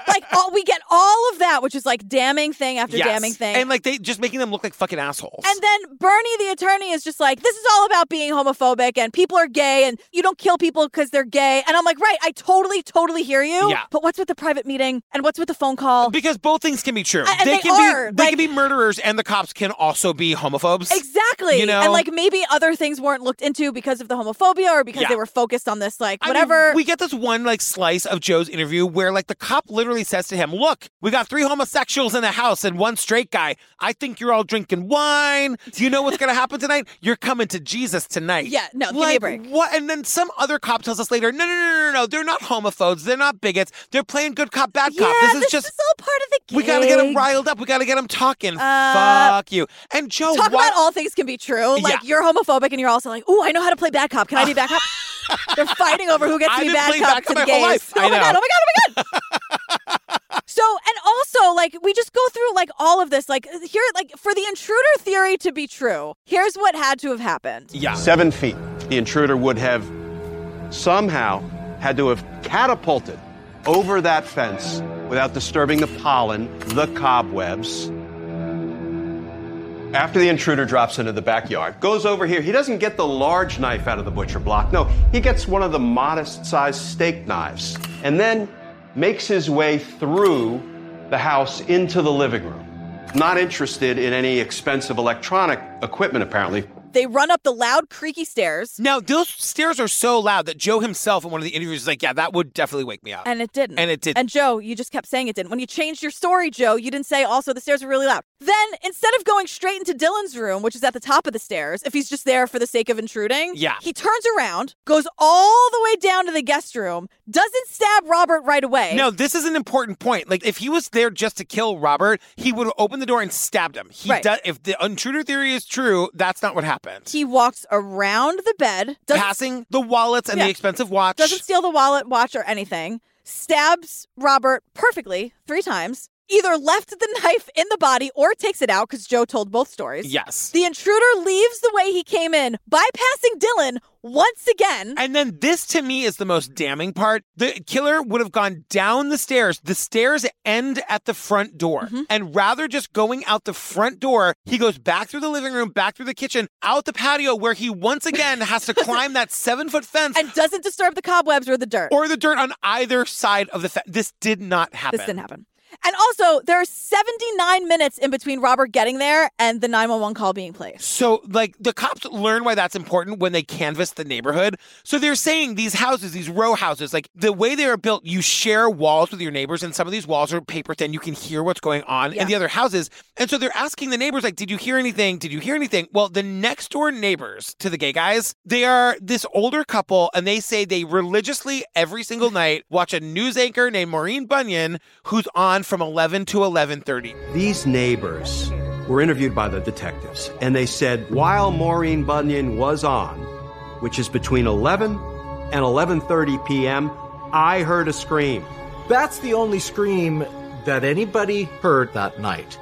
like all, we get all of that, which is like damning thing after Yes. damning thing. And like they just making them look like fucking assholes. And then Bernie the attorney is just like, this is all about being homophobic and people are gay and you don't kill people because they're gay. And I'm like, right, I totally, totally hear you. Yeah. But what's with the private meeting and what's with the phone call? because both things can be true. And- and they can are, be they like- can be murderers and the cops can also be homophobes. Exactly. You know? And like maybe other things weren't looked into because of the homophobia or because Yeah. they were focused on this, like I mean, whatever. we get this one like slice of Joe's interview where like the cop literally says to him, "Look, we got three homosexuals in the house and one straight guy. I think you're all drinking wine. Do you know what's gonna happen tonight? You're coming to Jesus tonight." Yeah, no, give me a like, break. What? And then some other cop tells us later, "No, no, no, no, no. They're not homophobes. They're not bigots. They're playing good cop, bad cop. Yeah, This is just." all part of the we gotta get them gig. riled up. We gotta get them talking. Uh, Fuck you. And Joe, Talk why- about all things can be true. Like Yeah. you're homophobic and you're also like, ooh, I know how to play bad cop. Can I be bad cop? They're fighting over who gets I've to be been bad playing cop bad to cop the my whole life. gays. I Oh my god! know. Oh my god! Oh my god! so and also like we just go through like all of this like here like for the intruder theory to be true, here's what had to have happened. Yeah. Seven feet. The intruder would have somehow had to have catapulted over that fence without disturbing the pollen, the cobwebs. After the intruder drops into the backyard, goes over here, he doesn't get the large knife out of the butcher block. No, he gets one of the modest sized steak knives and then makes his way through the house into the living room. Not interested in any expensive electronic equipment, apparently. They run up the loud creaky stairs Now those stairs are so loud that Joe himself in one of the interviews is like, "Yeah, that would definitely wake me up." and it didn't. And it didn't. And Joe, you just kept saying it didn't. When you changed your story, Joe, you didn't say also the stairs were really loud. Then instead of going straight into Dylan's room, which is at the top of the stairs, if he's just there for the sake of intruding, Yeah. he turns around, goes all the way down to the guest room, doesn't stab Robert right away. No, this is an important point. Like, if he was there just to kill Robert, he would have opened the door and stabbed him. He Right. does, if the intruder theory is true, that's not what happened. He walks around the bed, doesn't, Passing the wallets and Yeah. the expensive watch. doesn't steal the wallet, watch, or anything, stabs Robert perfectly three times, either left the knife in the body or takes it out because Joe told both stories. yes. The intruder leaves the way he came in, bypassing Dylan once again. And then this to me is the most damning part. The killer would have gone down the stairs. The stairs end at the front door. Mm-hmm. And rather just going out the front door, he goes back through the living room, back through the kitchen, out the patio where he once again has to climb that seven foot fence and doesn't disturb the cobwebs or the dirt. or the dirt on either side of the fence. This did not happen. this didn't happen. And also, there are 79 minutes in between Robert getting there and the 911 call being placed. So, like, the cops learn why that's important when they canvass the neighborhood. So, they're saying these houses, these row houses, like the way they are built, you share walls with your neighbors, and some of these walls are paper thin. You can hear what's going on Yeah. in the other houses. And so, they're asking the neighbors, like, did you hear anything? Did you hear anything? Well, the next door neighbors to the gay guys, they are this older couple, and they say they religiously every single night watch a news anchor named Maureen Bunyan, who's on from 11 to 11:30. These neighbors were interviewed by the detectives, and they said while Maureen Bunyan was on, which is between 11 and 11:30 p.m., I heard a scream. That's the only scream that anybody heard that night.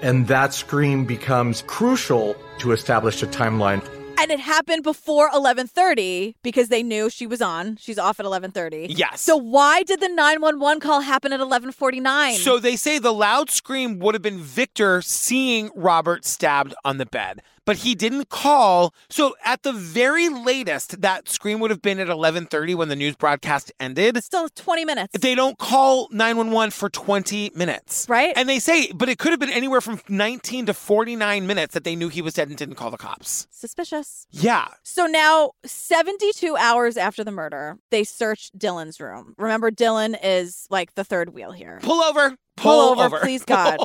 And that scream becomes crucial to establish a timeline. And it happened before 11:30 because they knew she was on. She's off at 11:30. Yes. So why did the 911 call happen at 11:49? So they say the loud scream would have been Victor seeing Robert stabbed on the bed, but he didn't call. So at the very latest, that scream would have been at 11:30 when the news broadcast ended. still 20 minutes. They don't call 911 for 20 minutes. Right. And they say, but it could have been anywhere from 19 to 49 minutes that they knew he was dead and didn't call the cops. Suspicious. Yeah. So now, 72 hours after the murder, they search Dylan's room. Remember, Dylan is like the third wheel here. Pull over. Pull, Pull over, over. please God.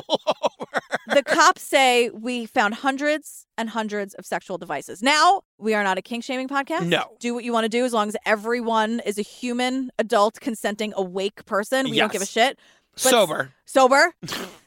The cops say we found hundreds and hundreds of sexual devices. Now, we are not a kink shaming podcast. No. Do what you want to do as long as everyone is a human, adult, consenting, awake person. We don't give a Yes. shit. But- Sober. Sober?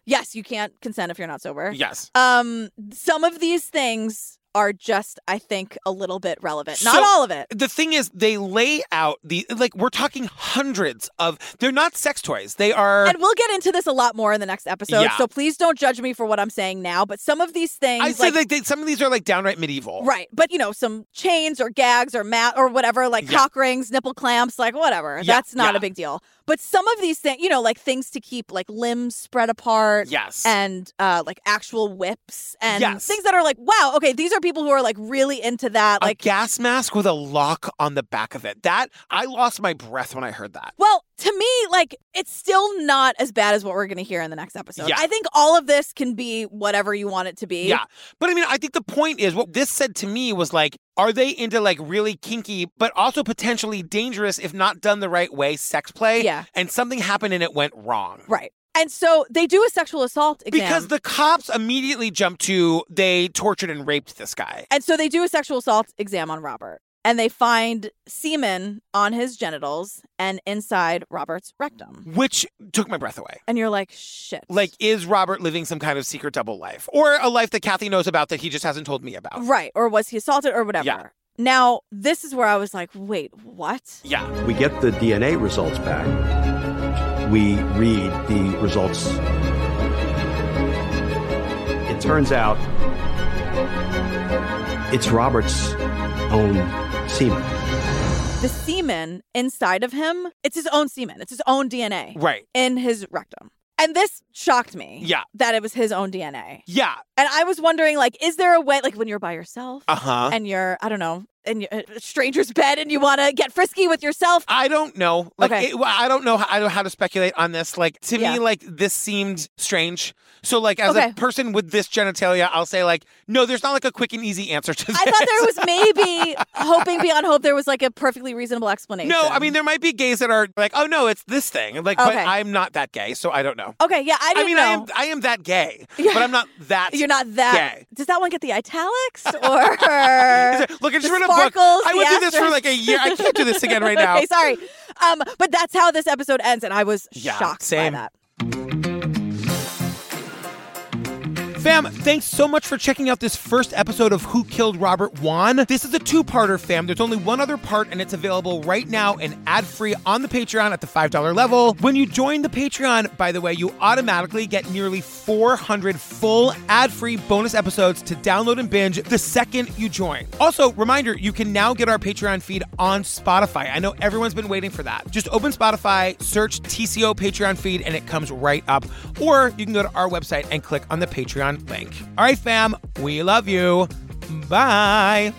yes, you can't consent if you're not sober. Yes. Um some of these things are just I think a little bit relevant. Not So, all of it. The thing is, they lay out the like we're talking hundreds of. They're not sex toys. They are. And we'll get into this a lot more in the next episode. Yeah. So please don't judge me for what I'm saying now. But some of these things, I say like, like, they, some of these are like downright medieval. right, but you know, some chains or gags or mat or whatever, like Yeah. cock rings, nipple clamps, like whatever. Yeah, That's not yeah. a big deal. But some of these things, you know, like things to keep like limbs spread apart. Yes. and uh, like actual whips and Yes. things that are like, wow, okay, these are people who are like really into that. A Like, gas mask with a lock on the back of it. That I lost my breath when I heard that. Well, to me, like it's still not as bad as what we're going to hear in the next episode. Yeah. I think all of this can be whatever you want it to be. Yeah. But I mean, I think the point is what this said to me was like, are they into like really kinky, but also potentially dangerous if not done the right way sex play? Yeah. And something happened and it went wrong. Right. And so they do a sexual assault exam. Because the cops immediately jumped to they tortured and raped this guy. and so they do a sexual assault exam on Robert and they find semen on his genitals and inside Robert's rectum. Which took my breath away. And you're like, shit. Like, is Robert living some kind of secret double life? Or a life that Kathy knows about that he just hasn't told me about? Right. Or was he assaulted or whatever. uh, Yeah. Now, this is where I was like, wait, what? Yeah. We get the DNA results back. We read the results. It turns out it's Robert's own semen. The semen inside of him, it's his own semen, it's his own DNA. Right. in his rectum. And this shocked me. Yeah. That it was his own DNA. Yeah. And I was wondering, like, is there a way, like, when you're by yourself Uh huh. and you're, I don't know, in a stranger's bed and you want to get frisky with yourself? I don't know. Like, Okay. it- well, I don't know. I don't know how to speculate on this. Like, to Yeah. me, like this seemed strange. So, like, as Okay. a person with this genitalia, I'll say like, no, there's not like a quick and easy answer to this. I thought there was maybe hoping beyond hope there was like a perfectly reasonable explanation. no, I mean there might be gays that are like, oh no, it's this thing. Like, but Okay. I'm not that gay, so I don't know. Okay, yeah, I didn't mean, I am know. I am that gay, Yeah. but I'm not that. You're not that. gay. Does that one get the italics or Look, I just the read a book. sparkles, I the went through this for like a asterisks? year. I can't do this again right now. okay, sorry. Um, but that's how this episode ends, and I was Yeah, shocked same. by that. Fam, thanks so much for checking out this first episode of Who Killed Robert Wan. This is a two parter, fam. There's only one other part, and it's available right now and ad free on the Patreon at the $5 level. When you join the Patreon, by the way, you automatically get nearly 400 full ad free bonus episodes to download and binge the second you join. Also, reminder you can now get our Patreon feed on Spotify. I know everyone's been waiting for that. Just open Spotify, search TCO Patreon feed, and it comes right up. Or you can go to our website and click on the Patreon link. All right, fam, we love you. Bye.